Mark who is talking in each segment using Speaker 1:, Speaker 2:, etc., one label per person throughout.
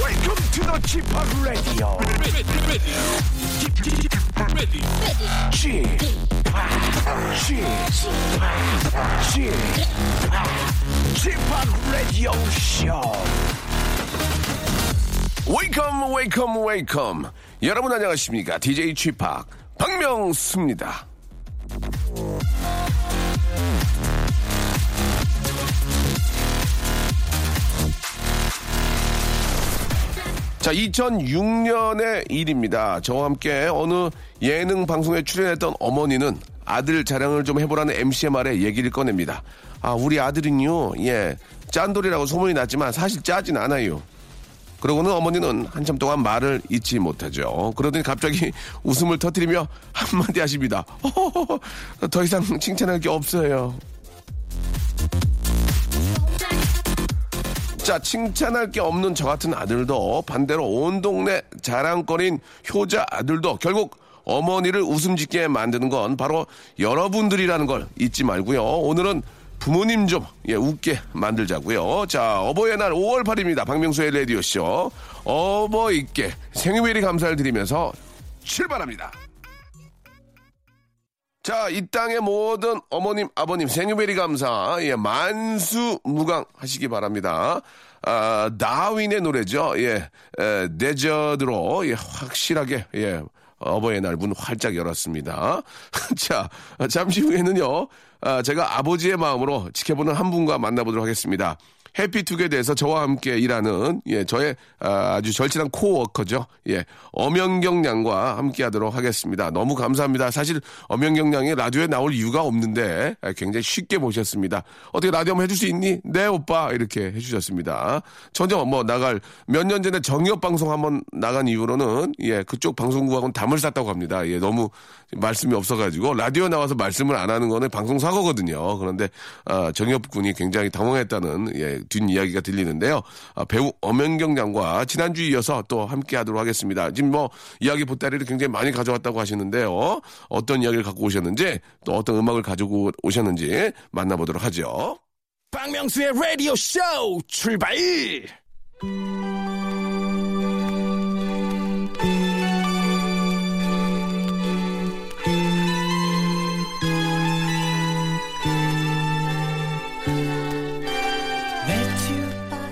Speaker 1: Welcome to the g p Radio. g p Radio Show. Welcome, welcome, welcome. 여러분 안녕하십니까? DJ g p 박명수입니다. 자, 2006년의 일입니다. 저와 함께 어느 예능 방송에 출연했던 어머니는 아들 자랑을 좀 해보라는 MC의 말에 얘기를 꺼냅니다. 아, 우리 아들은요, 예, 짠돌이라고 소문이 났지만 사실 짜진 않아요. 그러고는 어머니는 한참 동안 말을 잊지 못하죠. 그러더니 갑자기 웃음을 터뜨리며 한마디 하십니다. 더 이상 칭찬할 게 없어요. 자, 칭찬할 게 없는 저 같은 아들도 반대로 온 동네 자랑거리인 효자 아들도 결국 어머니를 웃음 짓게 만드는 건 바로 여러분들이라는 걸 잊지 말고요. 오늘은 부모님 좀 예, 웃게 만들자고요. 자, 어버이날 5월 8일입니다. 박명수의 라디오 쇼 어버이께 생일베리 감사를 드리면서 출발합니다. 자, 이 땅의 모든 어머님, 아버님, 생유베리 감사, 예, 만수 무강 하시기 바랍니다. 아, 다윈의 노래죠. 예, 에, 데저드로, 예, 확실하게, 예, 어버이날 문 활짝 열었습니다. 자, 잠시 후에는요, 아, 제가 아버지의 마음으로 지켜보는 한 분과 만나보도록 하겠습니다. 해피투게더에서 저와 함께 일하는 예 저의 아, 주 절친한 코워커죠 예 엄연경 양과 함께하도록 하겠습니다 너무 감사합니다 사실 엄연경 양이 라디오에 나올 이유가 없는데 아, 굉장히 쉽게 모셨습니다 어떻게 라디오 한번 해줄 수 있니 네 오빠 이렇게 해주셨습니다 전혀 뭐 나갈 몇 년 전에 정엽 방송 한번 나간 이후로는 예 그쪽 방송국하고는 담을 쌌다고 합니다 예 너무 말씀이 없어가지고 라디오 나와서 말씀을 안 하는 거는 방송 사고거든요 그런데 아, 정엽 군이 굉장히 당황했다는 예, 뒷이야기가 들리는데요. 아, 배우 엄연경 양과 지난주 이어서 또 함께 하도록 하겠습니다. 지금 뭐 이야기 보따리를 굉장히 많이 가져왔다고 하시는데요. 어떤 이야기를 갖고 오셨는지 또 어떤 음악을 가지고 오셨는지 만나보도록 하죠.
Speaker 2: 박명수의 라디오 쇼 출발!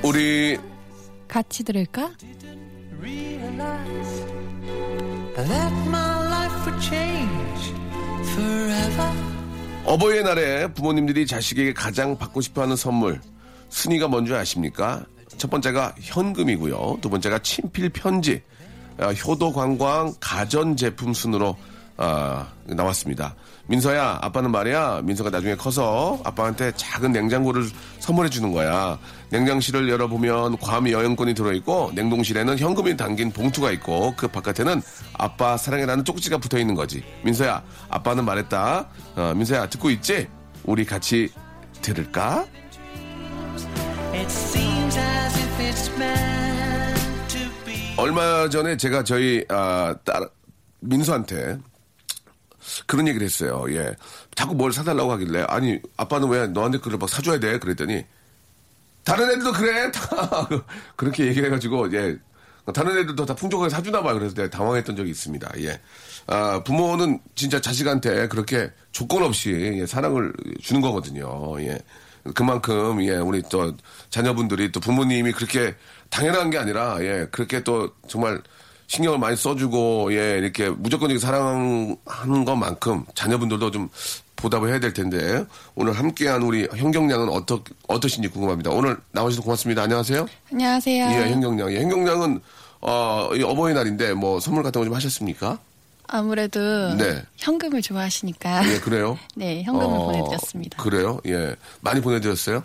Speaker 1: 우리
Speaker 3: 같이 들을까?
Speaker 4: realize that my life would change forever.
Speaker 1: 어버이날에 부모님들이 자식에게 가장 받고 싶어하는 선물 순위가 뭔지 아십니까? 첫 번째가 현금이고요. 두 번째가 친필 편지, 아, 효도 관광 가전 제품 순으로 아, 나왔습니다. 민서야, 아빠는 말이야. 민서가 나중에 커서 아빠한테 작은 냉장고를 선물해 주는 거야. 냉장실을 열어보면 괌 여행권이 들어있고 냉동실에는 현금이 담긴 봉투가 있고 그 바깥에는 아빠 사랑해라는 쪽지가 붙어 있는 거지. 민서야, 아빠는 말했다. 어, 민서야, 듣고 있지? 우리 같이 들을까?
Speaker 4: It seems as if it's meant to be.
Speaker 1: 얼마 전에 제가 저희 아, 딸 민수한테 그런 얘기를 했어요. 예, 자꾸 뭘 사달라고 하길래 아니 아빠는 왜 너한테 그걸 막 사줘야 돼? 그랬더니 다른 애들도 그래 다 그렇게 얘기를 해가지고 예 다른 애들도 다 풍족하게 사주나 봐요. 그래서 내가 당황했던 적이 있습니다. 예, 아 부모는 진짜 자식한테 그렇게 조건 없이 예, 사랑을 주는 거거든요. 예. 그만큼 예 우리 또 자녀분들이 또 부모님이 그렇게 당연한 게 아니라 예 그렇게 또 정말 신경을 많이 써주고 예 이렇게 무조건적인 사랑하는 것만큼 자녀분들도 좀 보답을 해야 될 텐데 오늘 함께한 우리 현경량은 어떠 어떠신지 궁금합니다 오늘 나오셔서 고맙습니다 안녕하세요
Speaker 3: 안녕하세요.
Speaker 1: 어, 예 현경량 예, 현경량은 어이 어버이날인데 뭐 선물 같은 거 좀 하셨습니까
Speaker 3: 아무래도
Speaker 1: 네.
Speaker 3: 현금을 좋아하시니까
Speaker 1: 예, 그래요?
Speaker 3: 네 현금을
Speaker 1: 어,
Speaker 3: 보내드렸습니다.
Speaker 1: 그래요? 예. 많이 보내드렸어요?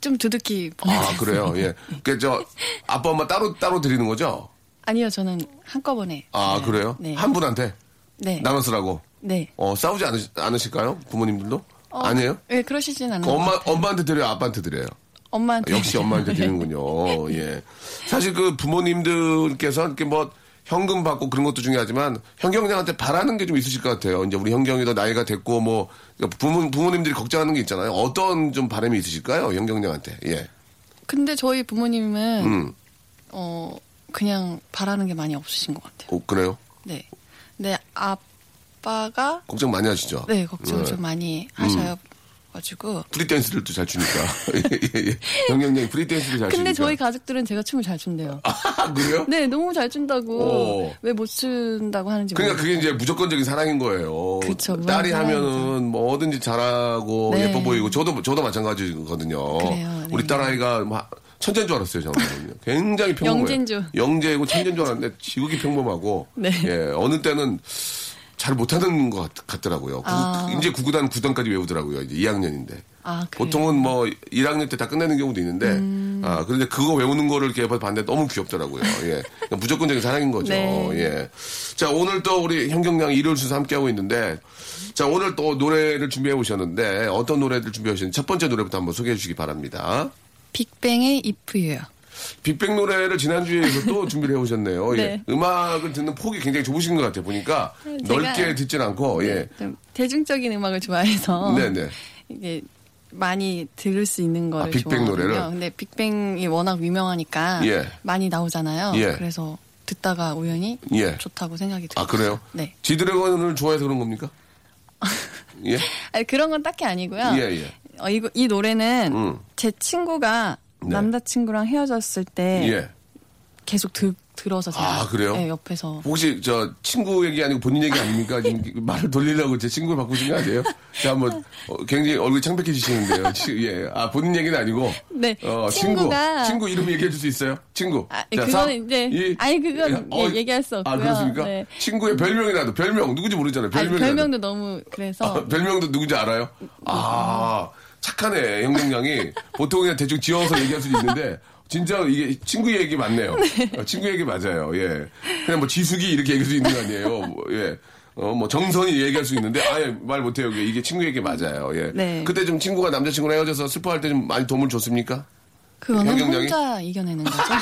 Speaker 3: 좀 두둑히
Speaker 1: 그- 아,
Speaker 3: 보내드렸습니다.
Speaker 1: 그래요? 예. 그, 저, 아빠, 엄마 따로, 따로 드리는 거죠?
Speaker 3: 아니요 저는 한꺼번에.
Speaker 1: 아,
Speaker 3: 네.
Speaker 1: 그래요?
Speaker 3: 네.
Speaker 1: 한 분한테
Speaker 3: 네.
Speaker 1: 나눠 쓰라고.
Speaker 3: 네.
Speaker 1: 어, 싸우지 않으시, 않으실까요? 부모님들도?
Speaker 3: 어,
Speaker 1: 아니에요?
Speaker 3: 네 그러시진 않아요.
Speaker 1: 엄마, 엄마한테 드려요? 아빠한테 드려요?
Speaker 3: 엄마한테 네.
Speaker 1: 역시 엄마한테 드리는군요. 예. 사실 그 부모님들께서 이렇게 뭐 현금 받고 그런 것도 중요하지만 현경양한테 바라는 게 좀 있으실 것 같아요. 이제 우리 현경이도 나이가 됐고 뭐 부모, 부모님들이 걱정하는 게 있잖아요. 어떤 좀 바람이 있으실까요? 현경양한테. 예.
Speaker 3: 근데 저희 부모님은
Speaker 1: 음.
Speaker 3: 어 그냥 바라는 게 많이 없으신 것 같아요.
Speaker 1: 오, 어, 그래요?
Speaker 3: 네. 근데 아빠가
Speaker 1: 걱정 많이 하시죠?
Speaker 3: 네 걱정을
Speaker 1: 예.
Speaker 3: 좀 많이
Speaker 1: 음.
Speaker 3: 하셔가지고.
Speaker 1: 프리댄스를 또 잘 추니까. 예, 예, 예. 현경양이 프리댄스를 잘
Speaker 3: 근데
Speaker 1: 추니까.
Speaker 3: 저희 가족들은 제가 춤을 잘 춘대요.
Speaker 1: 아, 그래요?
Speaker 3: 네, 너무 잘 춘다고
Speaker 1: 오.
Speaker 3: 왜 못 춘다고 하는지
Speaker 1: 그러니까
Speaker 3: 모르겠어요.
Speaker 1: 그게 이제 무조건적인 사랑인 거예요.
Speaker 3: 그쵸, 무한
Speaker 1: 딸이
Speaker 3: 사랑이죠.
Speaker 1: 하면은 뭐든지 잘하고
Speaker 3: 네.
Speaker 1: 예뻐 보이고 저도 저도 마찬가지거든요.
Speaker 3: 그래요, 네.
Speaker 1: 우리 딸아이가 막 천재인 줄 알았어요, 저는. 굉장히 평범해요.
Speaker 3: 영재인 줄.
Speaker 1: 영재이고 천재인 줄 알았는데 지극히 평범하고
Speaker 3: 네.
Speaker 1: 예, 어느 때는 잘 못하는 것 같, 더라고요
Speaker 3: 아.
Speaker 1: 이제 9구단 9단까지 외우더라고요. 이제 2학년인데.
Speaker 3: 아, 그래요?
Speaker 1: 보통은 뭐 1학년 때 다 끝내는 경우도 있는데
Speaker 3: 음.
Speaker 1: 아 그런데 그거 외우는 거를 이렇게 봤는데 너무 귀엽더라고요. 예, 그러니까 무조건적인 사랑인 거죠.
Speaker 3: 네.
Speaker 1: 예. 자 오늘 또 우리 현경양 일요일 순서 함께 하고 있는데 자 오늘 또 노래를 준비해 오셨는데 어떤 노래들 준비하셨는지 첫 번째 노래부터 한번 소개해 주시기 바랍니다.
Speaker 3: 빅뱅의 이프유요.
Speaker 1: 빅뱅 노래를 지난주에서 또 준비를 해 오셨네요.
Speaker 3: 네.
Speaker 1: 예. 음악을 듣는 폭이 굉장히 좁으신 것 같아요. 보니까
Speaker 3: 제가- 네.
Speaker 1: 넓게 듣진 않고 예.
Speaker 3: 좀 대중적인 음악을 좋아해서
Speaker 1: 네네.
Speaker 3: 이게 많이 들을 수 있는 거를
Speaker 1: 아, 빅뱅
Speaker 3: 좋아하거든요.
Speaker 1: 노래를?
Speaker 3: 근데 빅뱅이 워낙 유명하니까
Speaker 1: 예.
Speaker 3: 많이 나오잖아요.
Speaker 1: 예.
Speaker 3: 그래서 듣다가 우연히
Speaker 1: 예.
Speaker 3: 좋다고 생각이 들어요.
Speaker 1: 아 그래요?
Speaker 3: 네.
Speaker 1: 지드래곤을 좋아해서 그런 겁니까? 예.
Speaker 3: 아니, 그런 건 딱히 아니고요.
Speaker 1: 예, 예.
Speaker 3: 어, 이거- 이, 노래는
Speaker 1: 음.
Speaker 3: 제 친구가
Speaker 1: 네.
Speaker 3: 남자친구랑 헤어졌을 때
Speaker 1: 예.
Speaker 3: 계속 들, 들어서 제가
Speaker 1: 아, 그래요?
Speaker 3: 네, 옆에서
Speaker 1: 뭐 혹시 저 친구 얘기 아니고 본인 얘기 아닙니까? 지금 말을 돌리려고 제 친구를 바꾸신 거 아니에요? 자, 한번 어, 굉장히 얼굴이 창백해지시는데요. 지- 예. 아, 본인 얘기는 아니고.
Speaker 3: 네,
Speaker 1: 어,
Speaker 3: 친구가-
Speaker 1: 친구, 친구 이름 얘기해 줄 수 있어요? 친구.
Speaker 3: 아, 그거는 이제- 아니, 그건 예, 얘기할 수
Speaker 1: 아,
Speaker 3: 없고요.
Speaker 1: 그렇습니까?
Speaker 3: 네.
Speaker 1: 친구의 별명이라도 별명 누군지 모르잖아요.
Speaker 3: 아니,
Speaker 1: 별명이라도.
Speaker 3: 별명도 너무 그래서
Speaker 1: 아, 별명도 누군지 알아요? 아, 착하네, 영경양이. 보통 그냥 대충 지어서 얘기할 수도 있는데, 진짜 이게 친구 얘기 맞네요. 어, 친구 얘기 맞아요, 예. 그냥 뭐 지숙이 이렇게 얘기할 수 있는 거 아니에요? 뭐, 예. 어, 뭐 정선이 얘기할 수 있는데, 아예 말 못해요. 이게, 이게 친구 얘기 맞아요, 예.
Speaker 3: 네.
Speaker 1: 그때 좀 친구가 남자친구랑 헤어져서 슬퍼할 때 좀 많이 도움을 줬습니까?
Speaker 3: 그거는
Speaker 1: 경쟁력이?
Speaker 3: 혼자 이겨내는 거죠.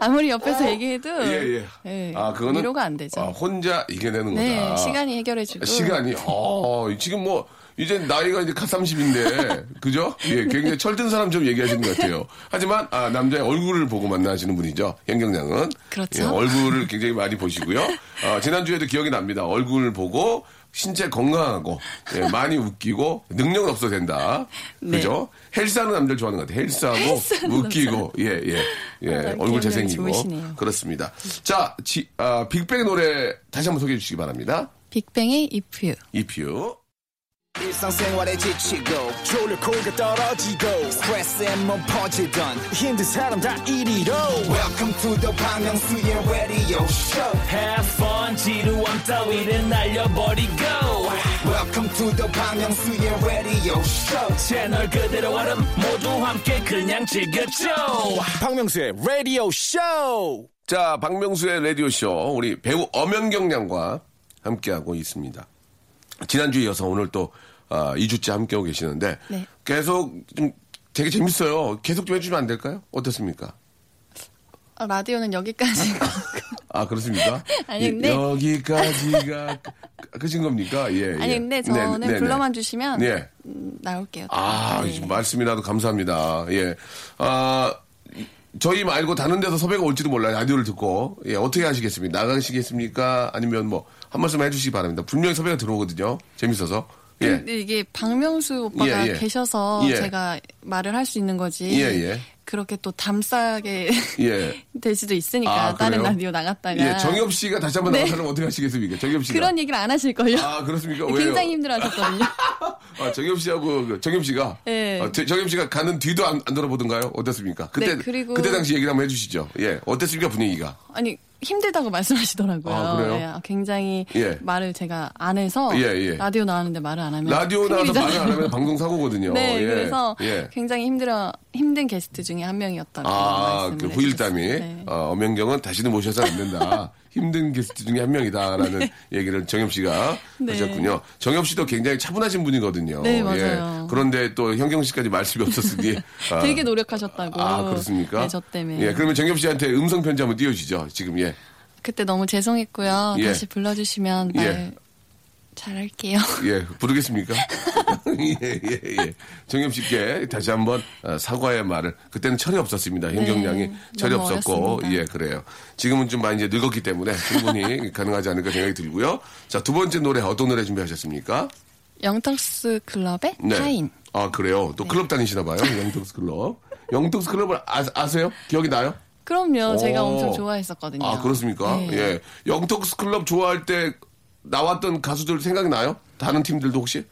Speaker 3: 아무리 옆에서 얘기해도
Speaker 1: 예, 예. 아, 그거는.
Speaker 3: 어. 네. 위로가 안 되죠.
Speaker 1: 아, 혼자 이겨내는
Speaker 3: 네,
Speaker 1: 거다.
Speaker 3: 시간이 해결해주고
Speaker 1: 시간이 어 지금 뭐 이제 나이가 이제 갓 30인데 그죠? 예, 굉장히 철든 사람처럼 얘기하시는 것 같아요. 하지만 아 남자의 얼굴을 보고 만나시는 분이죠. 현경양은
Speaker 3: 그렇죠.
Speaker 1: 예, 얼굴을 굉장히 많이 보시고요. 아, 지난주에도 기억이 납니다. 얼굴을 보고 신체 건강하고 예, 많이 웃기고 능력은 없어도 된다.
Speaker 3: 네.
Speaker 1: 그죠? 헬스하는 남자를 좋아하는 것 같아요. 헬스하고 웃기고 예 예 예,
Speaker 3: 아,
Speaker 1: 얼굴
Speaker 3: 기억력이
Speaker 1: 잘생기고
Speaker 3: 좋으시네요.
Speaker 1: 그렇습니다. 자, 지, 아, 빅뱅 노래 다시 한번 소개해 주시기 바랍니다.
Speaker 3: 빅뱅의 If You
Speaker 1: 이표.
Speaker 2: 일상생활에 지치고, 졸려 코가 떨어지고, 스트레스에 몸 퍼지던, 힘든 사람 다 이리로. welcome to the Bang Myung-soo's radio show
Speaker 5: Have fun 지루함 따위를 날려버리고
Speaker 2: welcome to the Bang Myung-soo's radio show
Speaker 5: 채널 그대로 얼음 모두 함께 그냥 즐겨줘
Speaker 2: 박명수의 radio show
Speaker 1: 자, 박명수의 라디오쇼, 우리 배우 엄연경 양과 함께하고 있습니다. 지난주에 이어서 오늘 또, 아, 2주째 함께하고 계시는데,
Speaker 3: 네.
Speaker 1: 계속 좀 되게 재밌어요. 계속 좀 해주면 안 될까요? 어떻습니까?
Speaker 3: 아, 라디오는 여기까지
Speaker 1: 아, 그렇습니까?
Speaker 3: 아니,
Speaker 1: 예,
Speaker 3: 근데-
Speaker 1: 여기까지가 그- 그신 겁니까? 예, 예.
Speaker 3: 아니 근데
Speaker 1: 네,
Speaker 3: 저는
Speaker 1: 네, 네.
Speaker 3: 불러만 주시면
Speaker 1: 예.
Speaker 3: 음, 나올게요.
Speaker 1: 아,
Speaker 3: 네.
Speaker 1: 말씀이라도 감사합니다. 예. 아, 저희 말고 다른 데서 섭외가 올지도 몰라요. 라디오를 듣고. 예, 어떻게 하시겠습니까? 나가시겠습니까? 아니면 뭐, 한 말씀 해주시기 바랍니다. 분명히 섭외가 들어오거든요. 재밌어서. 예.
Speaker 3: 근데 이게 박명수 오빠가
Speaker 1: 예, 예.
Speaker 3: 계셔서
Speaker 1: 예.
Speaker 3: 제가 말을 할 수 있는 거지.
Speaker 1: 예, 예.
Speaker 3: 그렇게 또 담싸게
Speaker 1: 예.
Speaker 3: 될 수도 있으니까
Speaker 1: 아,
Speaker 3: 다른
Speaker 1: 그래요?
Speaker 3: 라디오 나갔다가 네.
Speaker 1: 예, 정엽 씨가 다시 한번 나가면 어떻게 하시겠습니까? 정엽 씨가.
Speaker 3: 그런 얘기를 안 하실걸요.
Speaker 1: 아, 그렇습니까? 왜요?
Speaker 3: 굉장히 힘들어하셨거든요.
Speaker 1: 아, 정엽 씨하고, 그 정엽 씨가.
Speaker 3: 예.
Speaker 1: 아, 제- 정엽 씨가 가는 뒤도 안, 안 돌아보던가요? 어땠습니까? 그때,
Speaker 3: 네, 그리고-
Speaker 1: 그때 당시 얘기를 한번 해주시죠. 예. 어땠습니까? 분위기가.
Speaker 3: 아니 힘들다고 말씀하시더라고요.
Speaker 1: 아, 그래요?
Speaker 3: 예, 굉장히
Speaker 1: 예.
Speaker 3: 말을 제가 안 해서
Speaker 1: 예, 예.
Speaker 3: 라디오 나왔는데 말을 안 하면
Speaker 1: 라디오 나와서 말을
Speaker 3: 큰일이잖아요.
Speaker 1: 안 하면 방송 사고거든요.
Speaker 3: 네,
Speaker 1: 예.
Speaker 3: 그래서
Speaker 1: 예.
Speaker 3: 굉장히 힘들어 힘든 게스트 중에 한 명이었다고
Speaker 1: 아,
Speaker 3: 말씀을
Speaker 1: 그 후일담이
Speaker 3: 해주셨어요. 네.
Speaker 1: 어, 엄연경은 다시는 모셔서 안 된다. 힘든 게스트 중에 한 명이다라는 얘기를 정엽 씨가
Speaker 3: 네.
Speaker 1: 하셨군요. 정엽 씨도 굉장히 차분하신 분이거든요. 예.
Speaker 3: 네, 맞아요.
Speaker 1: 그런데 또 현경 씨까지 말씀이 없었으니 아,
Speaker 3: 되게 노력하셨다고.
Speaker 1: 아, 그렇습니까?
Speaker 3: 네, 저 때문에.
Speaker 1: 예, 그러면 정엽 씨한테 음성 편지 한번 띄워주죠. 지금 예.
Speaker 3: 그때 너무 죄송했고요.
Speaker 1: 예.
Speaker 3: 다시 불러주시면 말
Speaker 1: 예.
Speaker 3: 잘할게요.
Speaker 1: 예, 부르겠습니까? 예, 예, 예. 정엽 씨께 다시 한번 어, 사과의 말을 그때는 철이 없었습니다. 현경
Speaker 3: 네,
Speaker 1: 양이 철이
Speaker 3: 너무
Speaker 1: 없었고
Speaker 3: 어렸습니다.
Speaker 1: 예, 그래요. 지금은 좀 많이 이제 늙었기 때문에 충분히 가능하지 않을까 생각이 들고요. 자, 두 번째 노래 어떤 노래 준비하셨습니까?
Speaker 3: 영턱스 클럽의 타인. 네.
Speaker 1: 아, 그래요. 또 클럽 다니시나 봐요. 영덕스 클럽. 영덕스 클럽을 아, 아세요? 기억이 나요?
Speaker 3: 그럼요. 어, 제가
Speaker 1: 오.
Speaker 3: 엄청 좋아했었거든요.
Speaker 1: 아, 그렇습니까?
Speaker 3: 네.
Speaker 1: 예. 영덕스 클럽 좋아할 때 나왔던 가수들 생각이 나요? 다른 팀들도 혹시?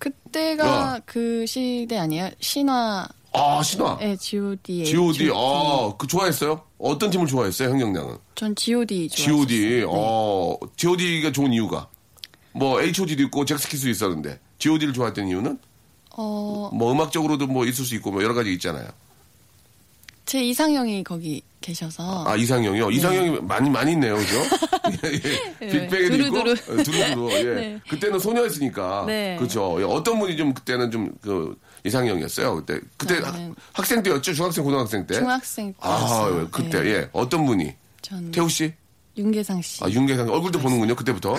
Speaker 3: 그때가
Speaker 1: 야.
Speaker 3: 그 시대 아니에요? 신화,
Speaker 1: 아, 신화.
Speaker 3: 예, G.O.D.
Speaker 1: G.O.D. 아, 그 좋아했어요? 어떤 팀을 좋아했어요, 형경량은?
Speaker 3: 전 G.O.D. 좋아했어요.
Speaker 1: G.O.D. 어, G.O.D.가 좋은 이유가 뭐 H.O.D.도 있고 잭스키스도 있었는데 G.O.D.를 좋아했던 이유는
Speaker 3: 어,
Speaker 1: 뭐 음악적으로도 뭐 있을 수 있고 뭐 여러 가지 있잖아요.
Speaker 3: 제 이상형이 거기 계셔서.
Speaker 1: 아 이상형이요. 이상형이 많이 많이 있네요, 그죠? 예, 예.
Speaker 3: 네,
Speaker 1: 빅뱅에도 있고
Speaker 3: 두루두루.
Speaker 1: 어, 두루두루. 예.
Speaker 3: 네.
Speaker 1: 그때는 소녀였으니까
Speaker 3: 네.
Speaker 1: 그렇죠. 예, 어떤 분이 좀 그때는 좀 그 이상형이었어요. 그때 그때
Speaker 3: 저는-
Speaker 1: 학, 생 때였죠, 중학생 고등학생 때.
Speaker 3: 네. 중학생
Speaker 1: 아
Speaker 3: 때였어요.
Speaker 1: 예, 그때
Speaker 3: 네. 음.
Speaker 1: 예 어떤 분이
Speaker 3: 전
Speaker 1: 태우 씨?
Speaker 3: 윤계상 씨.
Speaker 1: 아, 윤계상 얼굴도 보는군요. 그때부터.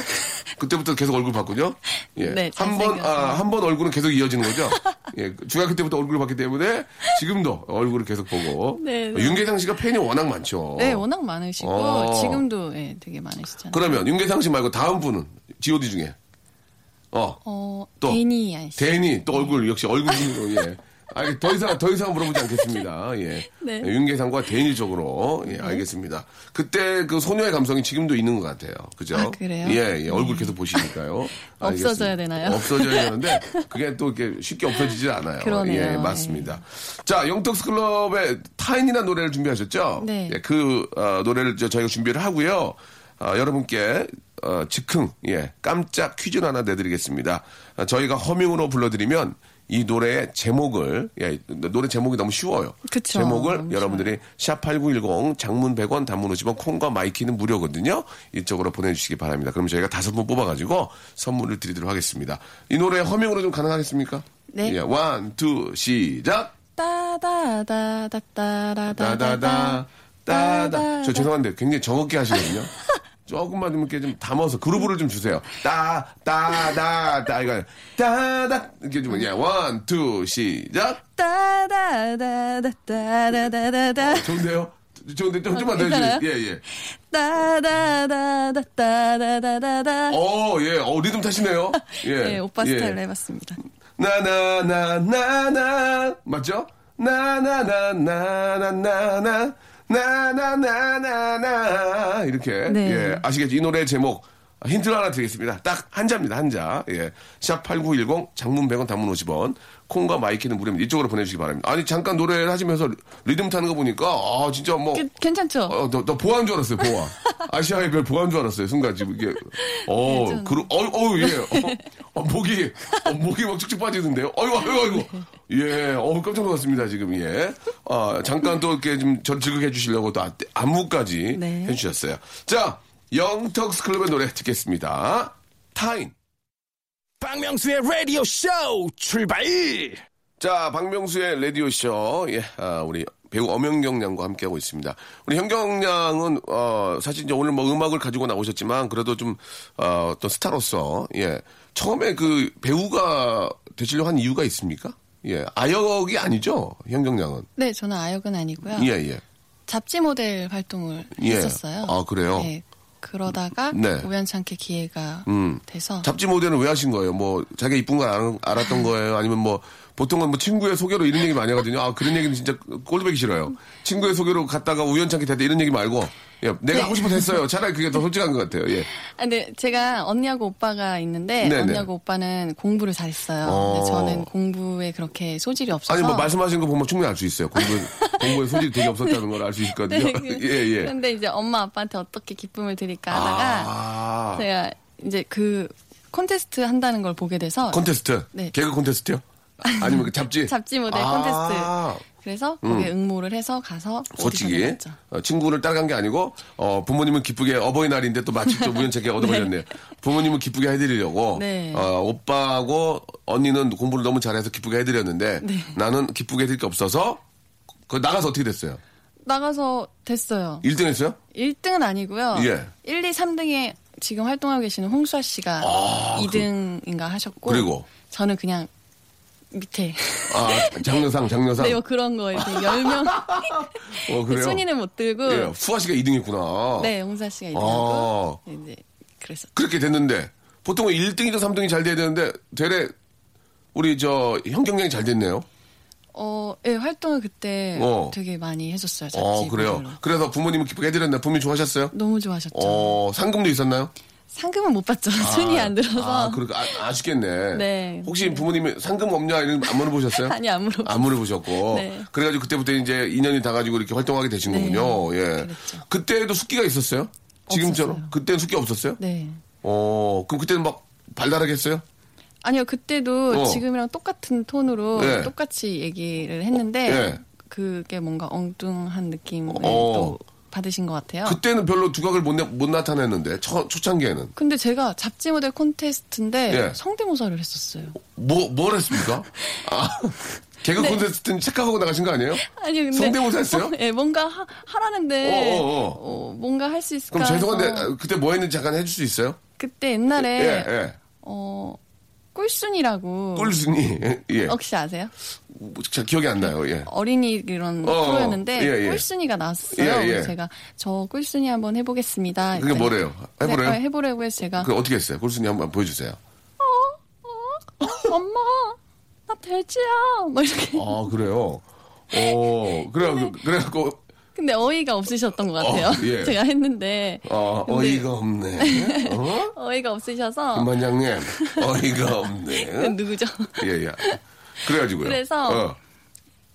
Speaker 1: 그때부터 계속 얼굴 봤군요. 예.
Speaker 3: 네,
Speaker 1: 한 번,
Speaker 3: 잘생겨서.
Speaker 1: 아, 한 번 얼굴은 계속 이어지는 거죠. 예. 중학교 때부터 얼굴을 봤기 때문에 지금도 얼굴을 계속 보고. 어,
Speaker 3: 네, 네.
Speaker 1: 윤계상 씨가 팬이 워낙 많죠.
Speaker 3: 네, 워낙 많으시고
Speaker 1: 어.
Speaker 3: 지금도 예, 되게 많으시잖아요.
Speaker 1: 그러면 윤계상 씨 말고 다음 분은 GOD 중에. 어.
Speaker 3: 어,
Speaker 1: 또.
Speaker 3: 데니안 씨.
Speaker 1: 대니 또 얼굴 역시 얼굴로 예. 아니 더 이상 더 이상 물어보지 않겠습니다. 예.
Speaker 3: 네.
Speaker 1: 윤계상과 대니 쪽으로 예, 알겠습니다. 그때 그 소녀의 감성이 지금도 있는 것 같아요. 그죠?
Speaker 3: 아, 그래요?
Speaker 1: 예, 예. 얼굴 계속 보시니까요. 알겠습니다.
Speaker 3: 없어져야 되나요?
Speaker 1: 없어져야 되는데 그게 또 이렇게 쉽게 없어지질 않아요.
Speaker 3: 그러네요.
Speaker 1: 예, 맞습니다. 자, 영턱스 클럽의 타인이라는 노래를 준비하셨죠?
Speaker 3: 네.
Speaker 1: 예, 그 어, 노래를 이제 저희가 준비를 하고요. 어, 여러분께 어, 즉흥 예, 깜짝 퀴즈 하나 내드리겠습니다. 어, 저희가 허밍으로 불러드리면 이 노래의 제목을 예, 노래 제목이 너무 쉬워요.
Speaker 3: 그쵸.
Speaker 1: 제목을
Speaker 3: 너무
Speaker 1: 여러분들이 샵8910 장문 100원 단문 50원 콩과 마이키는 무료거든요. 이쪽으로 보내주시기 바랍니다. 그럼 저희가 다섯 분 뽑아가지고 선물을 드리도록 하겠습니다. 이 노래 허밍으로 좀 가능하겠습니까?
Speaker 3: 네.
Speaker 1: 예, 원, 투, 시작!
Speaker 3: 따다다다다다다다.
Speaker 1: 따다다 따다 저 죄송한데 굉장히 정확히 하시거든요. 조금만 좀 이렇게 좀 담아서 그루브를 좀 주세요. 따 따다다 이거 따다 이렇게 좀 그냥 원투 시작
Speaker 3: 따다다다다다다다.
Speaker 1: 어, 좋은데요? 좋은데 좀 좀만 더
Speaker 3: 괜찮아요?
Speaker 1: 해주세요. 예예.
Speaker 3: 따다다다다다다다.
Speaker 1: 어예어 리듬 타시네요. 예.
Speaker 3: 네, 오빠
Speaker 1: 예. 어.
Speaker 3: 스타일로 해봤습니다.
Speaker 1: 나나나나나 맞죠? 나나나나나나나나 나나나나나 이렇게
Speaker 3: 네.
Speaker 1: 예 아시겠죠? 이 노래 제목 힌트를 하나 드리겠습니다. 딱 한 자입니다. 한 자. 예. 샵8910 장문 100원 단문 50원. 콩과 마이키는 무료입니다. 이쪽으로 보내 주시기 바랍니다. 아니 잠깐 노래를 하시면서 리듬 타는 거 보니까 아 진짜 뭐
Speaker 3: 괜- 괜찮죠?
Speaker 1: 어, 너, 너 보안 줄 알았어요, 보안. 아시아의 별 보안 줄 알았어요, 순간 지금 이게. 어,
Speaker 3: 네, 좀-
Speaker 1: 그러, 어, 어, 예. 어, 어, 목이, 어, 목이 막 쭉쭉 빠지는데요. 어이구, 어이구, 어이구. 예, 어 깜짝 놀랐습니다, 지금, 예. 아, 잠깐 또 이렇게 좀 전 즐겁게 해주시려고 또 아- 안무까지
Speaker 3: 네.
Speaker 1: 해주셨어요. 자, 영턱스 클럽의 노래 듣겠습니다. 타인.
Speaker 5: 박명수의 라디오 쇼 출발
Speaker 1: 자, 박명수의 라디오쇼. 예, 아, 우리 배우 엄영경 양과 함께하고 있습니다. 우리 현경 양은, 어, 사실 이제 오늘 뭐 음악을 가지고 나오셨지만, 그래도 좀, 어, 떤 스타로서, 예. 처음에 그 배우가 되시려고 한 이유가 있습니까? 예. 아역이 아니죠? 현경 양은.
Speaker 3: 네, 저는 아역은 아니고요.
Speaker 1: 예, 예.
Speaker 3: 잡지 모델 활동을
Speaker 1: 예.
Speaker 3: 했었어요.
Speaker 1: 아, 그래요?
Speaker 3: 네. 그러다가
Speaker 1: 네. 음.
Speaker 3: 우연찮게 기회가 돼서
Speaker 1: 잡지 모델은 왜 하신 거예요? 뭐, 자기가 이쁜 걸 알- 알았던 거예요? 아니면 뭐, 보통은 뭐 친구의 소개로 이런 얘기 많이 하거든요. 아, 그런 얘기는 진짜 꼴보기 싫어요. 친구의 소개로 갔다가 우연찮게 됐다 이런 얘기 말고, 예,
Speaker 3: 네.
Speaker 1: 내가 하고 싶어서 했어요. 차라리 그게 더 솔직한 것 같아요. 예.
Speaker 3: 아, 근데 제가 언니하고 오빠가 있는데
Speaker 1: 네네.
Speaker 3: 언니하고 오빠는 공부를 잘했어요.
Speaker 1: 어.
Speaker 3: 근데 저는 공부에 그렇게 소질이 없어서
Speaker 1: 아니, 뭐 말씀하신 거 보면 충분히 알 수 있어요. 공부, 공부에 소질이 되게 없었다는 걸 알 수 있거든요.
Speaker 3: 네, 그-
Speaker 1: 예, 예.
Speaker 3: 근데 이제 엄마 아빠한테 어떻게 기쁨을 드릴까 하다가 네.
Speaker 1: 아,
Speaker 3: 제가 이제 그 콘테스트 한다는 걸 보게 돼서
Speaker 1: 콘테스트.
Speaker 3: 네.
Speaker 1: 개그 콘테스트요? 아니면 그 잡지?
Speaker 3: 잡지 모델
Speaker 1: 아.
Speaker 3: 콘테스트. 그래서 거기에 응모를 해서 가서 오디션을
Speaker 1: 솔직히
Speaker 3: 했죠.
Speaker 1: 어, 친구를 따라간 게 아니고 어, 부모님은 기쁘게 어버이날인데 또 마침 좀 우연찮게 얻어버렸네요. 부모님은 기쁘게 해드리려고
Speaker 3: 네.
Speaker 1: 어, 오빠하고 언니는 공부를 너무 잘해서 기쁘게 해드렸는데
Speaker 3: 네.
Speaker 1: 나는 기쁘게 해드릴 게 없어서 그 나가서 어떻게 됐어요?
Speaker 3: 나가서 됐어요.
Speaker 1: 1등 했어요?
Speaker 3: 1등은 아니고요.
Speaker 1: 예.
Speaker 3: 1, 2, 3등에 지금 활동하고 계시는 홍수아 씨가 2등인가 하셨고
Speaker 1: 그- 그리고?
Speaker 3: 저는 그냥 밑에
Speaker 1: 아 장려상 장려상
Speaker 3: 네, 뭐 그런 거에 10명
Speaker 1: 어, 그래요?
Speaker 3: 순위는 못 들고
Speaker 1: 예, 수아 씨가 2등 했구나.
Speaker 3: 네, 홍수아 씨가 2등하고
Speaker 1: 아,
Speaker 3: 이제 그래서
Speaker 1: 그렇게 됐는데 보통은 뭐 1등이든 3등이 잘 돼야 되는데 되레 우리 저 형경량이 잘 됐네요.
Speaker 3: 어, 예, 활동을 그때
Speaker 1: 어.
Speaker 3: 되게 많이 해줬어요. 잡지
Speaker 1: 어 그래요.
Speaker 3: 모델로.
Speaker 1: 그래서 부모님은 기쁘게 해드렸나 부모님 좋아하셨어요?
Speaker 3: 너무 좋아하셨죠.
Speaker 1: 어, 상금도 있었나요?
Speaker 3: 상금은 못 받죠. 순위 안 들어서.
Speaker 1: 아, 그러니 아, 쉽겠네
Speaker 3: 네.
Speaker 1: 혹시 부모님이 상금 없냐 이런 거안 물어보셨어요?
Speaker 3: 아니, 안 물어봤어요.
Speaker 1: 안 물어보셨고.
Speaker 3: 네.
Speaker 1: 그래가지고 그때부터 이제 인연이 닿아가지고 이렇게 활동하게 되신
Speaker 3: 네,
Speaker 1: 거군요. 예.
Speaker 3: 그랬죠.
Speaker 1: 그때도 숙기가 있었어요? 지금처럼?
Speaker 3: 없었어요.
Speaker 1: 그때는 숙기 없었어요?
Speaker 3: 네.
Speaker 1: 어, 그럼 그때는 막 발달하게 했어요?
Speaker 3: 아니요, 그때도
Speaker 1: 어.
Speaker 3: 지금이랑 똑같은 톤으로
Speaker 1: 예.
Speaker 3: 똑같이 얘기를 했는데
Speaker 1: 예.
Speaker 3: 그게 뭔가 엉뚱한 느낌을
Speaker 1: 어.
Speaker 3: 또 받으신 것 같아요.
Speaker 1: 그때는 별로 두각을 못, 내- 못 나타냈는데, 초, 초창기에는.
Speaker 3: 근데 제가 잡지 모델 콘테스트인데
Speaker 1: 예.
Speaker 3: 성대모사를 했었어요.
Speaker 1: 뭐, 뭘 했습니까? 아, 개그
Speaker 3: 네.
Speaker 1: 콘서트는 체크하고 나가신 거 아니에요?
Speaker 3: 아니 근데
Speaker 1: 성대모사 했어요?
Speaker 3: 예, 뭔가 하, 라는데
Speaker 1: 어, 어,
Speaker 3: 뭔가 할 수 있을까?
Speaker 1: 그럼 죄송한데,
Speaker 3: 해서
Speaker 1: 아, 그때 뭐 했는지 잠깐 해줄 수 있어요?
Speaker 3: 그때 어. 옛날에
Speaker 1: 예, 예.
Speaker 3: 어 꿀순이라고
Speaker 1: 꿀순이, 예.
Speaker 3: 혹시 아세요?
Speaker 1: 잘 기억이 안 나요. 예.
Speaker 3: 어. 어린이 이런
Speaker 1: 어,
Speaker 3: 프로였는데
Speaker 1: 예, 예.
Speaker 3: 꿀순이가 나왔어요.
Speaker 1: 예, 예.
Speaker 3: 제가 저 꿀순이 한번 해보겠습니다.
Speaker 1: 그게
Speaker 3: 했더니
Speaker 1: 뭐래요? 해보래요?
Speaker 3: 네, 어, 해보려고 해서 제가 어,
Speaker 1: 그 어떻게 했어요? 골순이 한번 보여주세요.
Speaker 3: 엄마 나 돼지야 뭐 이렇게
Speaker 1: 아 그래요. 어 그래 그래갖고
Speaker 3: 근데 어이가 없으셨던 것 같아요.
Speaker 1: 어, 예.
Speaker 3: 제가 했는데
Speaker 1: 어,
Speaker 3: 근데
Speaker 1: 어이가 없네. 어?
Speaker 3: 어이가 없으셔서 그
Speaker 1: 김반장님 어이가 없네.
Speaker 3: 누구죠?
Speaker 1: 예예. 그래가지고요.
Speaker 3: 그래서
Speaker 1: 어,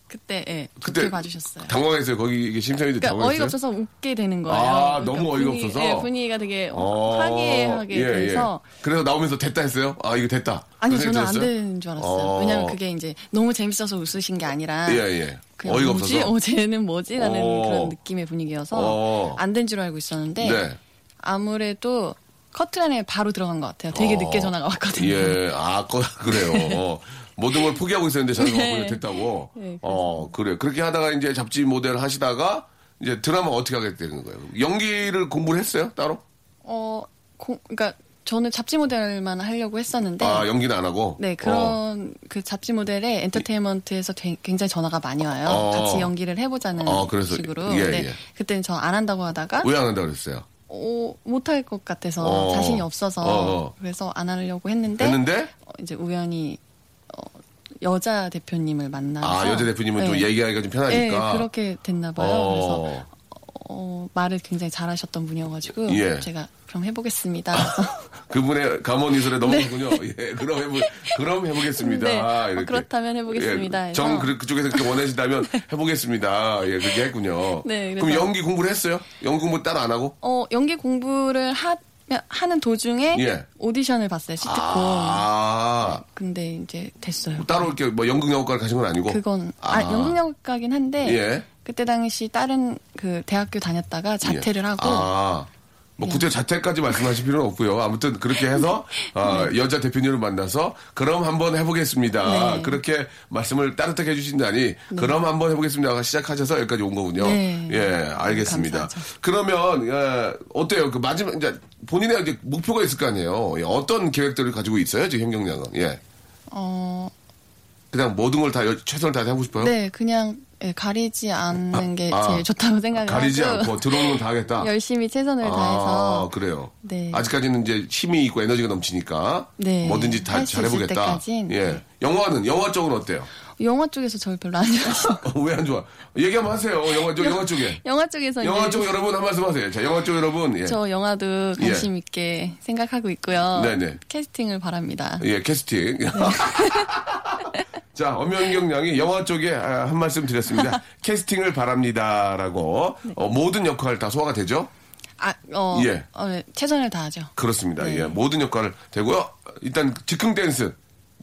Speaker 3: 그때 예,
Speaker 1: 그때
Speaker 3: 그때 봐주셨어요.
Speaker 1: 당황했어요. 거기 심사위원들
Speaker 3: 그러니까
Speaker 1: 당황했어요.
Speaker 3: 어이가 없어서 웃게 되는 거예요.
Speaker 1: 아,
Speaker 3: 그러니까
Speaker 1: 너무 어이가 없어서?
Speaker 3: 예, 분위기가 되게
Speaker 1: 어,
Speaker 3: 화기애애하게
Speaker 1: 예, 예.
Speaker 3: 돼서
Speaker 1: 그래서 나오면서 됐다 했어요. 아 이거 됐다.
Speaker 3: 아니
Speaker 1: 그런
Speaker 3: 저는
Speaker 1: 생각
Speaker 3: 안
Speaker 1: 들었어요?
Speaker 3: 되는 줄 알았어요.
Speaker 1: 어.
Speaker 3: 왜냐면 그게 이제 너무 재밌어서 웃으신 게 아니라
Speaker 1: 예, 예.
Speaker 3: 그냥
Speaker 1: 어이가
Speaker 3: 뭐지?
Speaker 1: 없어서?
Speaker 3: 어제는 뭐지? 라는
Speaker 1: 어.
Speaker 3: 그런 느낌의 분위기여서
Speaker 1: 어.
Speaker 3: 안 된 줄 알고 있었는데
Speaker 1: 네.
Speaker 3: 아무래도 커트 안에 바로 들어간 것 같아요. 되게 늦게 전화가 왔거든요.
Speaker 1: 예, 아, 거, 그래요. 어, 모든 걸 포기하고 있었는데 자기가
Speaker 3: 네.
Speaker 1: 네. 됐다고.
Speaker 3: 네,
Speaker 1: 어, 그래. 그렇게 하다가 이제 잡지 모델 하시다가 이제 드라마 어떻게 하게 되는 거예요? 연기를 공부를 했어요? 따로?
Speaker 3: 어, 공- 그러니까 저는 잡지 모델만 하려고 했었는데
Speaker 1: 아, 연기는 안 하고?
Speaker 3: 네,
Speaker 1: 어.
Speaker 3: 그런 그 잡지 모델의 엔터테인먼트에서 되- 굉장히 전화가 많이 와요.
Speaker 1: 어.
Speaker 3: 같이 연기를 해보자는
Speaker 1: 어, 그래서-
Speaker 3: 식으로.
Speaker 1: 예,
Speaker 3: 근데
Speaker 1: 예.
Speaker 3: 그때는 저 안 한다고 하다가
Speaker 1: 왜 안 한다고 그랬어요?
Speaker 3: 어, 못할 것 같아서
Speaker 1: 어.
Speaker 3: 자신이 없어서
Speaker 1: 어, 어.
Speaker 3: 그래서 안 하려고 했는데
Speaker 1: 했는데?
Speaker 3: 어, 이제 우연히 어, 여자 대표님을 만나서
Speaker 1: 아, 여자 대표님은 좀
Speaker 3: 네.
Speaker 1: 얘기하기가 좀 편하니까.
Speaker 3: 네, 그렇게 됐나 봐요.
Speaker 1: 어.
Speaker 3: 그래서 어, 말을 굉장히 잘하셨던 분이어가지고
Speaker 1: 예.
Speaker 3: 제가 그럼 해보겠습니다. 그래서
Speaker 1: 그분의 감언 이술에 넘어갔군요. 예, 그럼 해보, 그럼 해보겠습니다. 아,
Speaker 3: 네. 어,
Speaker 1: 이렇게.
Speaker 3: 그렇다면 해보겠습니다
Speaker 1: 예,
Speaker 3: 해서.
Speaker 1: 정 그- 그쪽에서 그렇게 원하신다면 해보겠습니다. 예, 그렇게 했군요.
Speaker 3: 네,
Speaker 1: 그럼
Speaker 3: 그래서-
Speaker 1: 연기 공부를 했어요? 연기 공부 따로 안 하고?
Speaker 3: 어, 연기 공부를 하, 하는 도중에
Speaker 1: 예.
Speaker 3: 오디션을 봤어요 시트콤.
Speaker 1: 아,
Speaker 3: 근데 이제 됐어요.
Speaker 1: 따로 이렇게 뭐 연극 영화과를 가신 건 아니고?
Speaker 3: 그건 아,
Speaker 1: 아.
Speaker 3: 연극영화과긴 한데
Speaker 1: 예.
Speaker 3: 그때 당시 다른 그 대학교 다녔다가 자퇴를
Speaker 1: 예.
Speaker 3: 하고 예.
Speaker 1: 아. 뭐 구태 자퇴까지 말씀하실 필요는 없고요. 아무튼 그렇게 해서
Speaker 3: 네.
Speaker 1: 아, 여자 대표님을 만나서 그럼 한번 해보겠습니다.
Speaker 3: 네.
Speaker 1: 그렇게 말씀을 따뜻하게 해주신다니 그럼 한번 해보겠습니다가 시작하셔서 여기까지 온 거군요.
Speaker 3: 네.
Speaker 1: 예, 알겠습니다.
Speaker 3: 감사하죠.
Speaker 1: 그러면 예, 어때요? 그 마지막 이제 본인의 이제 목표가 있을 거 아니에요. 예, 어떤 계획들을 가지고 있어요? 지금 현경량은 예,
Speaker 3: 어,
Speaker 1: 그냥 모든 걸 다 최선을 다해서 하고 싶어요. 아,
Speaker 3: 네 그냥 예, 가리지 않는 게 제일 좋다고 생각을
Speaker 1: 가리지
Speaker 3: 하고
Speaker 1: 않고 들어오는 건 다 하겠다.
Speaker 3: 열심히 최선을
Speaker 1: 아,
Speaker 3: 다해서
Speaker 1: 그래요.
Speaker 3: 네.
Speaker 1: 아직까지는 이제 힘이 있고 에너지가 넘치니까
Speaker 3: 네.
Speaker 1: 뭐든지 다
Speaker 3: 할수 있을
Speaker 1: 잘해보겠다.
Speaker 3: 때까지, 네.
Speaker 1: 예. 영화는 영화 쪽은 어때요?
Speaker 3: 영화 쪽에서 저를 별로 안 좋아해요.
Speaker 1: 왜 안 좋아? 얘기 한번 하세요. 영화 쪽 영화 쪽에.
Speaker 3: 영화 쪽에서
Speaker 1: 영화
Speaker 3: 이제
Speaker 1: 쪽 여러분 한 말씀 하세요. 자, 영화 쪽 여러분. 예.
Speaker 3: 네. 저 영화도 관심
Speaker 1: 예.
Speaker 3: 있게 생각하고 있고요.
Speaker 1: 네네.
Speaker 3: 캐스팅을 바랍니다.
Speaker 1: 예, 캐스팅.
Speaker 3: 네.
Speaker 1: 자, 엄연경 양이 영화 쪽에 아, 한 말씀 드렸습니다. 캐스팅을 바랍니다라고
Speaker 3: 네.
Speaker 1: 어, 모든 역할 다 소화가 되죠?
Speaker 3: 아, 어,
Speaker 1: 예.
Speaker 3: 어, 네, 최선을 다하죠.
Speaker 1: 그렇습니다.
Speaker 3: 네.
Speaker 1: 예, 모든 역할을 되고요. 일단 즉흥 댄스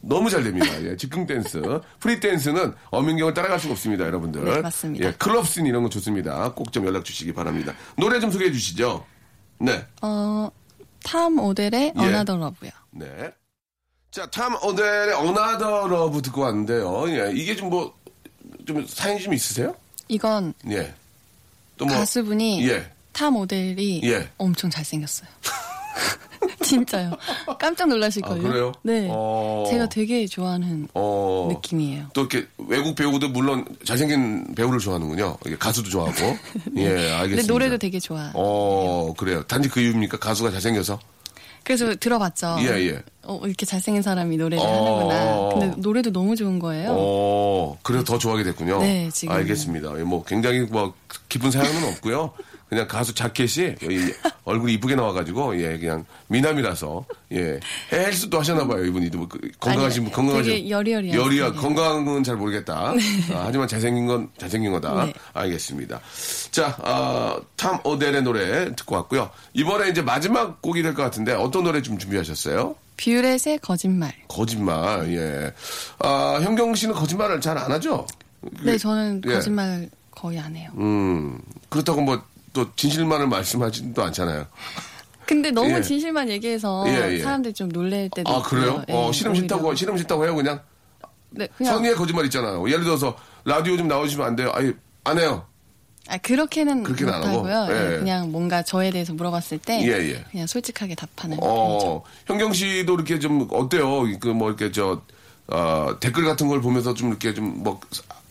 Speaker 1: 너무 잘 됩니다. 예, 즉흥 댄스, 프리 댄스는 엄연경을 따라갈 수가 없습니다, 여러분들.
Speaker 3: 네, 맞습니다.
Speaker 1: 예, 클럽씬 이런 거 좋습니다. 꼭 좀 연락 주시기 바랍니다. 노래 좀 소개해 주시죠. 네.
Speaker 3: 어, 탐 오델의
Speaker 1: 예.
Speaker 3: 어나더 러브요.
Speaker 1: 네. 자, 탐 오델의 어나더 러브 듣고 왔는데요. 예, 이게 좀 뭐, 좀 사연이 좀 있으세요?
Speaker 3: 이건
Speaker 1: 예. 또 뭐.
Speaker 3: 가수분이
Speaker 1: 예.
Speaker 3: 탐 오델이
Speaker 1: 예.
Speaker 3: 엄청 잘생겼어요. 진짜요. 깜짝 놀라실걸요.
Speaker 1: 아, 그래요?
Speaker 3: 네.
Speaker 1: 어.
Speaker 3: 제가 되게 좋아하는
Speaker 1: 어.
Speaker 3: 느낌이에요.
Speaker 1: 또 이렇게 외국 배우도 물론 잘생긴 배우를 좋아하는군요. 예, 가수도 좋아하고. 예, 알겠습니다.
Speaker 3: 네. 근데 노래도 되게 좋아. 요
Speaker 1: 어, 그래요. 단지 그 이유입니까? 가수가 잘생겨서?
Speaker 3: 그래서 들어봤죠.
Speaker 1: 예, 예.
Speaker 3: 어, 이렇게 잘생긴 사람이 노래를
Speaker 1: 어.
Speaker 3: 하는구나. 근데 노래도 너무 좋은 거예요.
Speaker 1: 어, 그래서 더 좋아하게 됐군요.
Speaker 3: 네, 지금.
Speaker 1: 알겠습니다. 예, 뭐 굉장히 뭐 깊은 사연은 없고요. 그냥 가수 자켓이 이 얼굴이 이쁘게 나와가지고 예 그냥 미남이라서 예 헬스도 하셨나봐요 이분이 뭐 그- 건강하신 분
Speaker 3: 아니요,
Speaker 1: 건강하신
Speaker 3: 되게 여리여리한
Speaker 1: 여리야
Speaker 3: 스타일이에요.
Speaker 1: 건강은 잘 모르겠다 아, 하지만 잘생긴 건 잘생긴 거다
Speaker 3: 네.
Speaker 1: 알겠습니다 아, 자탐 오델의 노래 듣고 왔고요 이번에 이제 마지막 곡이 될 것 같은데 어떤 노래 좀 준비하셨어요?
Speaker 3: 뷰렛의 거짓말.
Speaker 1: 거짓말, 예. 아, 현경 씨는 거짓말을 잘 안 하죠?
Speaker 3: 네, 저는
Speaker 1: 예.
Speaker 3: 거짓말 거의 안 해요.
Speaker 1: 음, 그렇다고 뭐 또 진실만을 말씀하지도 않잖아요.
Speaker 3: 근데 너무
Speaker 1: 예.
Speaker 3: 진실만 얘기해서
Speaker 1: 예, 예.
Speaker 3: 사람들이 좀 놀랄 때도
Speaker 1: 아, 그래요?
Speaker 3: 있고요. 예,
Speaker 1: 어, 싫음 싫다고,
Speaker 3: 오히려.
Speaker 1: 싫음 싫다고 해요, 그냥?
Speaker 3: 네, 그냥
Speaker 1: 선의의 거짓말 있잖아요. 예를 들어서, 라디오 좀 나오시면 안 돼요? 아니, 안 해요.
Speaker 3: 아, 그렇게는
Speaker 1: 그렇게는 안 하고?
Speaker 3: 못하고요. 예,
Speaker 1: 예.
Speaker 3: 그냥 뭔가 저에 대해서 물어봤을 때
Speaker 1: 예, 예.
Speaker 3: 그냥 솔직하게 답하는 편이죠.
Speaker 1: 어, 현경 씨도 이렇게 좀, 어때요? 그 뭐, 이렇게 저, 어, 댓글 같은 걸 보면서 좀 이렇게 좀 뭐,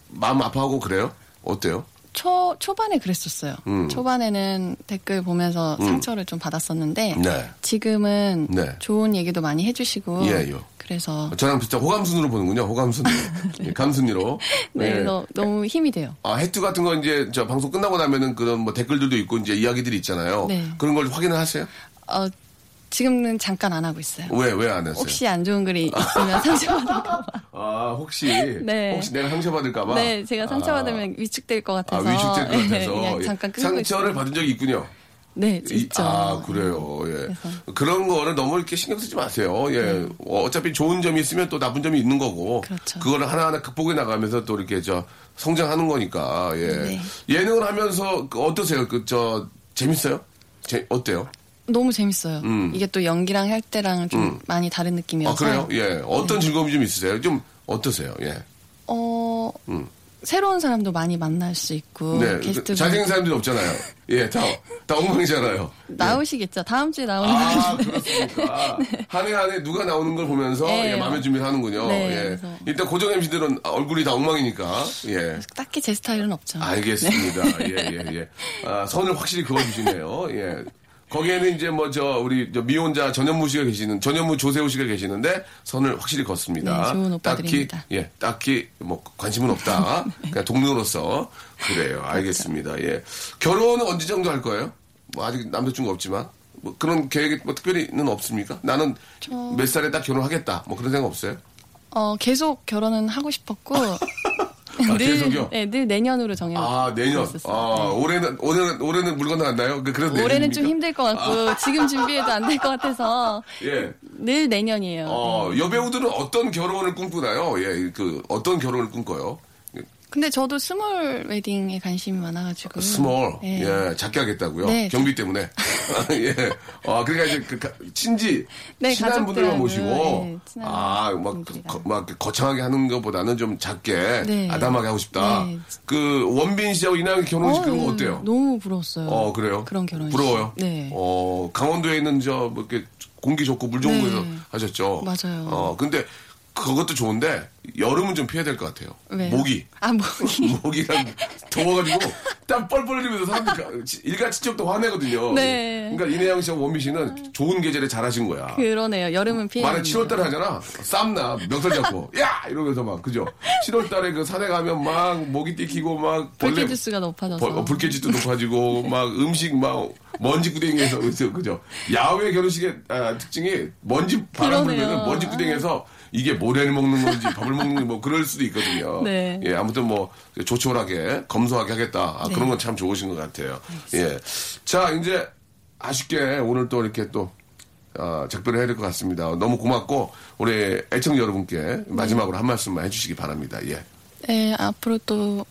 Speaker 1: 마음 아파하고 그래요? 어때요?
Speaker 3: 초 초반에 그랬었어요.
Speaker 1: 음.
Speaker 3: 초반에는 댓글 보면서 상처를 좀 받았었는데
Speaker 1: 네.
Speaker 3: 지금은
Speaker 1: 네.
Speaker 3: 좋은 얘기도 많이 해주시고
Speaker 1: 예, 요.
Speaker 3: 그래서
Speaker 1: 저랑 비슷한 호감순으로 보는군요, 호감순으로. 예, 감순이로.
Speaker 3: 네,
Speaker 1: 예.
Speaker 3: 너, 너무 힘이 돼요.
Speaker 1: 아, 해투 같은 거 이제 저 방송 끝나고 나면은 그런 뭐 댓글들도 있고 이제 이야기들이 있잖아요.
Speaker 3: 네.
Speaker 1: 그런 걸 확인을 하세요?
Speaker 3: 어, 지금은 잠깐 안 하고 있어요.
Speaker 1: 왜, 왜 안 했어요?
Speaker 3: 혹시 안 좋은 글이 있으면 상처받을까 봐.
Speaker 1: 아, 혹시.
Speaker 3: 네.
Speaker 1: 혹시 내가 상처받을까봐.
Speaker 3: 네, 제가 상처받으면 위축될 것
Speaker 1: 아, 아,
Speaker 3: 같아서.
Speaker 1: 위축될 것
Speaker 3: 예,
Speaker 1: 같아서.
Speaker 3: 그냥
Speaker 1: 예.
Speaker 3: 잠깐 끊고
Speaker 1: 상처를
Speaker 3: 있어요.
Speaker 1: 받은 적이 있군요.
Speaker 3: 네,
Speaker 1: 이-
Speaker 3: 있죠.
Speaker 1: 아, 그래요. 예.
Speaker 3: 그래서. 네.
Speaker 1: 그런 거를 너무 이렇게 신경 쓰지 마세요. 예. 어, 어차피 좋은 점이 있으면 또 나쁜 점이 있는 거고.
Speaker 3: 그렇죠.
Speaker 1: 거를 하나하나 극복해 나가면서 또 이렇게 저 성장하는 거니까. 예.
Speaker 3: 네.
Speaker 1: 예능을 하면서 그 어떠세요? 그 저 재밌어요? 재, 어때요?
Speaker 3: 너무 재밌어요. 이게 또 연기랑 할 때랑 좀 많이 다른 느낌이어서.
Speaker 1: 음. 아, 그래요? 예.
Speaker 3: 음.
Speaker 1: 어떤 즐거움이 좀 있으세요? 좀 어떠세요? 예.
Speaker 3: 어, 새로운 사람도 많이 만날 수 있고
Speaker 1: 음. 네.
Speaker 3: 어, 게스트
Speaker 1: 자생 사람들이 없잖아요. 예, 다, 다 엉망이잖아요.
Speaker 3: 나오시겠죠. 다음 주에 나오는
Speaker 1: 아,
Speaker 3: 거
Speaker 1: 그렇습니까. 한 해 한 해 누가 나오는 걸 보면서
Speaker 3: 네.
Speaker 1: 예, 마음의 준비를 하는군요.
Speaker 3: 네,
Speaker 1: 예.
Speaker 3: 그래서.
Speaker 1: 일단 고정 MC들은 얼굴이 다 엉망이니까. 예.
Speaker 3: 딱히 제 스타일은 없죠.
Speaker 1: 알겠습니다.
Speaker 3: 네.
Speaker 1: 예, 예, 예. 아, 선을 확실히 그어주시네요. 예. 거기에는 이제 뭐 저 우리 저 미혼자 전현무 씨가 계시는 전현무 조세호 씨가 계시는데 선을 확실히 걷습니다.
Speaker 3: 네, 좋은 오빠들입니다. 네.
Speaker 1: 딱히 예, 딱히 뭐 관심은 없다. 그냥 동료로서
Speaker 3: 그렇죠.
Speaker 1: 그래요. 알겠습니다. 예. 결혼은 언제 정도 할 거예요? 뭐 아직 남자친구 없지만 뭐 그런 계획이 뭐 특별히는 없습니까? 나는 몇 살에 딱 결혼하겠다. 뭐 그런 생각 없어요?
Speaker 3: 어, 계속 결혼은 하고 싶었고
Speaker 1: 아, 계속요?
Speaker 3: 늘, 네, 늘 내년으로 정해서
Speaker 1: 아 내년. 아 올해는 올해는 올해는 물 건너갔나요? 그 그래도
Speaker 3: 네. 올해는
Speaker 1: 내년입니까? 아.
Speaker 3: 좀 힘들 것 같고 지금 준비해도 안 될 것 같아서
Speaker 1: 예.
Speaker 3: 늘 내년이에요.
Speaker 1: 어, 여배우들은 어떤 결혼을 꿈꾸나요? 예, 그, 어떤 결혼을 꿈꿔요?
Speaker 3: 근데 저도 스몰 웨딩에 관심이 많아가지고
Speaker 1: 스몰,
Speaker 3: 네.
Speaker 1: 예, 작게 하겠다고요?
Speaker 3: 네.
Speaker 1: 경비 때문에. 아, 예. 아, 그러니까 이제 그, 가- 친지,
Speaker 3: 네,
Speaker 1: 친한 분들만
Speaker 3: 가족들하고,
Speaker 1: 모시고,
Speaker 3: 예, 친한
Speaker 1: 아, 막,
Speaker 3: 분들이랑.
Speaker 1: 거, 막 거창하게 하는 것보다는 좀 작게,
Speaker 3: 네.
Speaker 1: 아담하게 하고 싶다.
Speaker 3: 네.
Speaker 1: 그, 원빈 씨하고 이나영 결혼식 그런 거 어때요?
Speaker 3: 너무 부러웠어요.
Speaker 1: 어, 그래요?
Speaker 3: 음, 그런 결혼식.
Speaker 1: 부러워요?
Speaker 3: 네.
Speaker 1: 어, 강원도에 있는 저, 뭐 이렇게 공기 좋고 물 좋은
Speaker 3: 네.
Speaker 1: 곳에서 하셨죠?
Speaker 3: 맞아요.
Speaker 1: 어, 근데 그것도 좋은데 여름은 좀 피해야 될 것 같아요.
Speaker 3: 왜요?
Speaker 1: 모기.
Speaker 3: 아 모기.
Speaker 1: 모기랑 더워가지고 땀 뻘뻘 흘리면서 사람들 일가 친척도 화내거든요.
Speaker 3: 네.
Speaker 1: 그러니까 이내영 씨와 원미 씨는 좋은 계절에 잘하신 거야.
Speaker 3: 그러네요. 여름은 피해.
Speaker 1: 말에 7월달에 하잖아. 쌈나 명절 잡고 야 이러면서 막 그죠. 7월달에 그 산에 가면 막 모기 띠키고 막 벌레
Speaker 3: 불쾌지수가 높아져서.
Speaker 1: 벌- 어, 불쾌지도 높아지고 막 음식 막 먼지 구덩이에서 그죠, 그죠. 야외 결혼식의 아, 특징이 먼지 바람
Speaker 3: 그러네요.
Speaker 1: 불면 먼지 구덩이에서 이게 모래를 먹는 건지 밥을 먹는 건지 뭐 그럴 수도 있거든요.
Speaker 3: 네.
Speaker 1: 예 아무튼 뭐 조촐하게 검소하게 하겠다. 아, 그런 건 참 좋으신 것 같아요. 예. 자 이제 아쉽게 오늘 또 이렇게 또 아, 작별을 해야 될 것 같습니다. 너무 고맙고 우리 애청 여러분께 마지막으로 한 말씀만 해주시기 바랍니다. 예.
Speaker 3: 네, 앞으로 또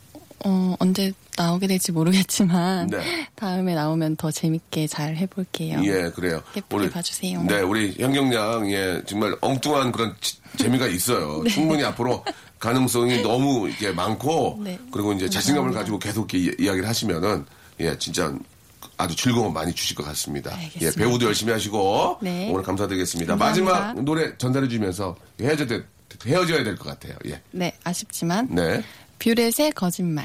Speaker 3: 어, 언제 나오게 될지 모르겠지만
Speaker 1: 네.
Speaker 3: 다음에 나오면 더 재밌게 잘 해볼게요.
Speaker 1: 예, 그래요.
Speaker 3: 예쁘게 봐주세요.
Speaker 1: 네, 우리 현경양, 예, 정말 엉뚱한 그런 지- 재미가 있어요.
Speaker 3: 네.
Speaker 1: 충분히 앞으로 가능성이 너무 이렇게 많고,
Speaker 3: 네,
Speaker 1: 그리고 이제 자신감을 가지고 계속 이렇게 이- 이야기를 하시면은, 예, 진짜 아주 즐거움 많이 주실 것 같습니다.
Speaker 3: 알겠습니다.
Speaker 1: 예, 배우도 열심히 하시고,
Speaker 3: 네.
Speaker 1: 오늘 감사드리겠습니다.
Speaker 3: 감사합니다.
Speaker 1: 마지막 노래 전달해주면서 헤어져야, 될- 헤어져야 될 것 같아요. 예.
Speaker 3: 네, 아쉽지만
Speaker 1: 네.
Speaker 3: 뷰렛의 거짓말.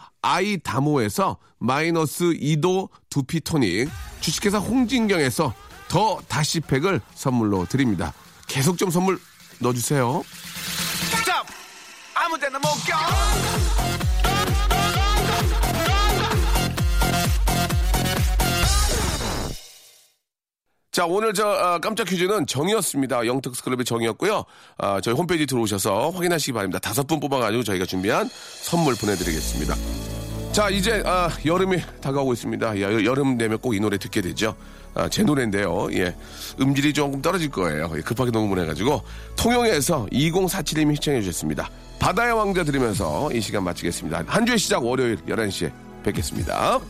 Speaker 1: 아이다모에서 마이너스 2도 두피 토닉, 주식회사 홍진경에서 더 다시팩을 선물로 드립니다. 계속 좀 선물 넣어주세요. 자, 오늘 저 아, 깜짝 퀴즈는 정이었습니다. 영특스 클럽의 정이었고요. 아, 저희 홈페이지 들어오셔서 확인하시기 바랍니다. 다섯 분 뽑아가지고 저희가 준비한 선물 보내드리겠습니다. 자, 이제 아, 여름이 다가오고 있습니다. 야, 여- 여름 되면 꼭 이 노래 듣게 되죠. 아, 제 노래인데요. 예. 음질이 조금 떨어질 거예요. 예, 급하게 녹음을 해가지고. 통영에서 2047님이 시청해 주셨습니다. 바다의 왕자 들으면서 이 시간 마치겠습니다. 한 주의 시작 월요일 11시에 뵙겠습니다.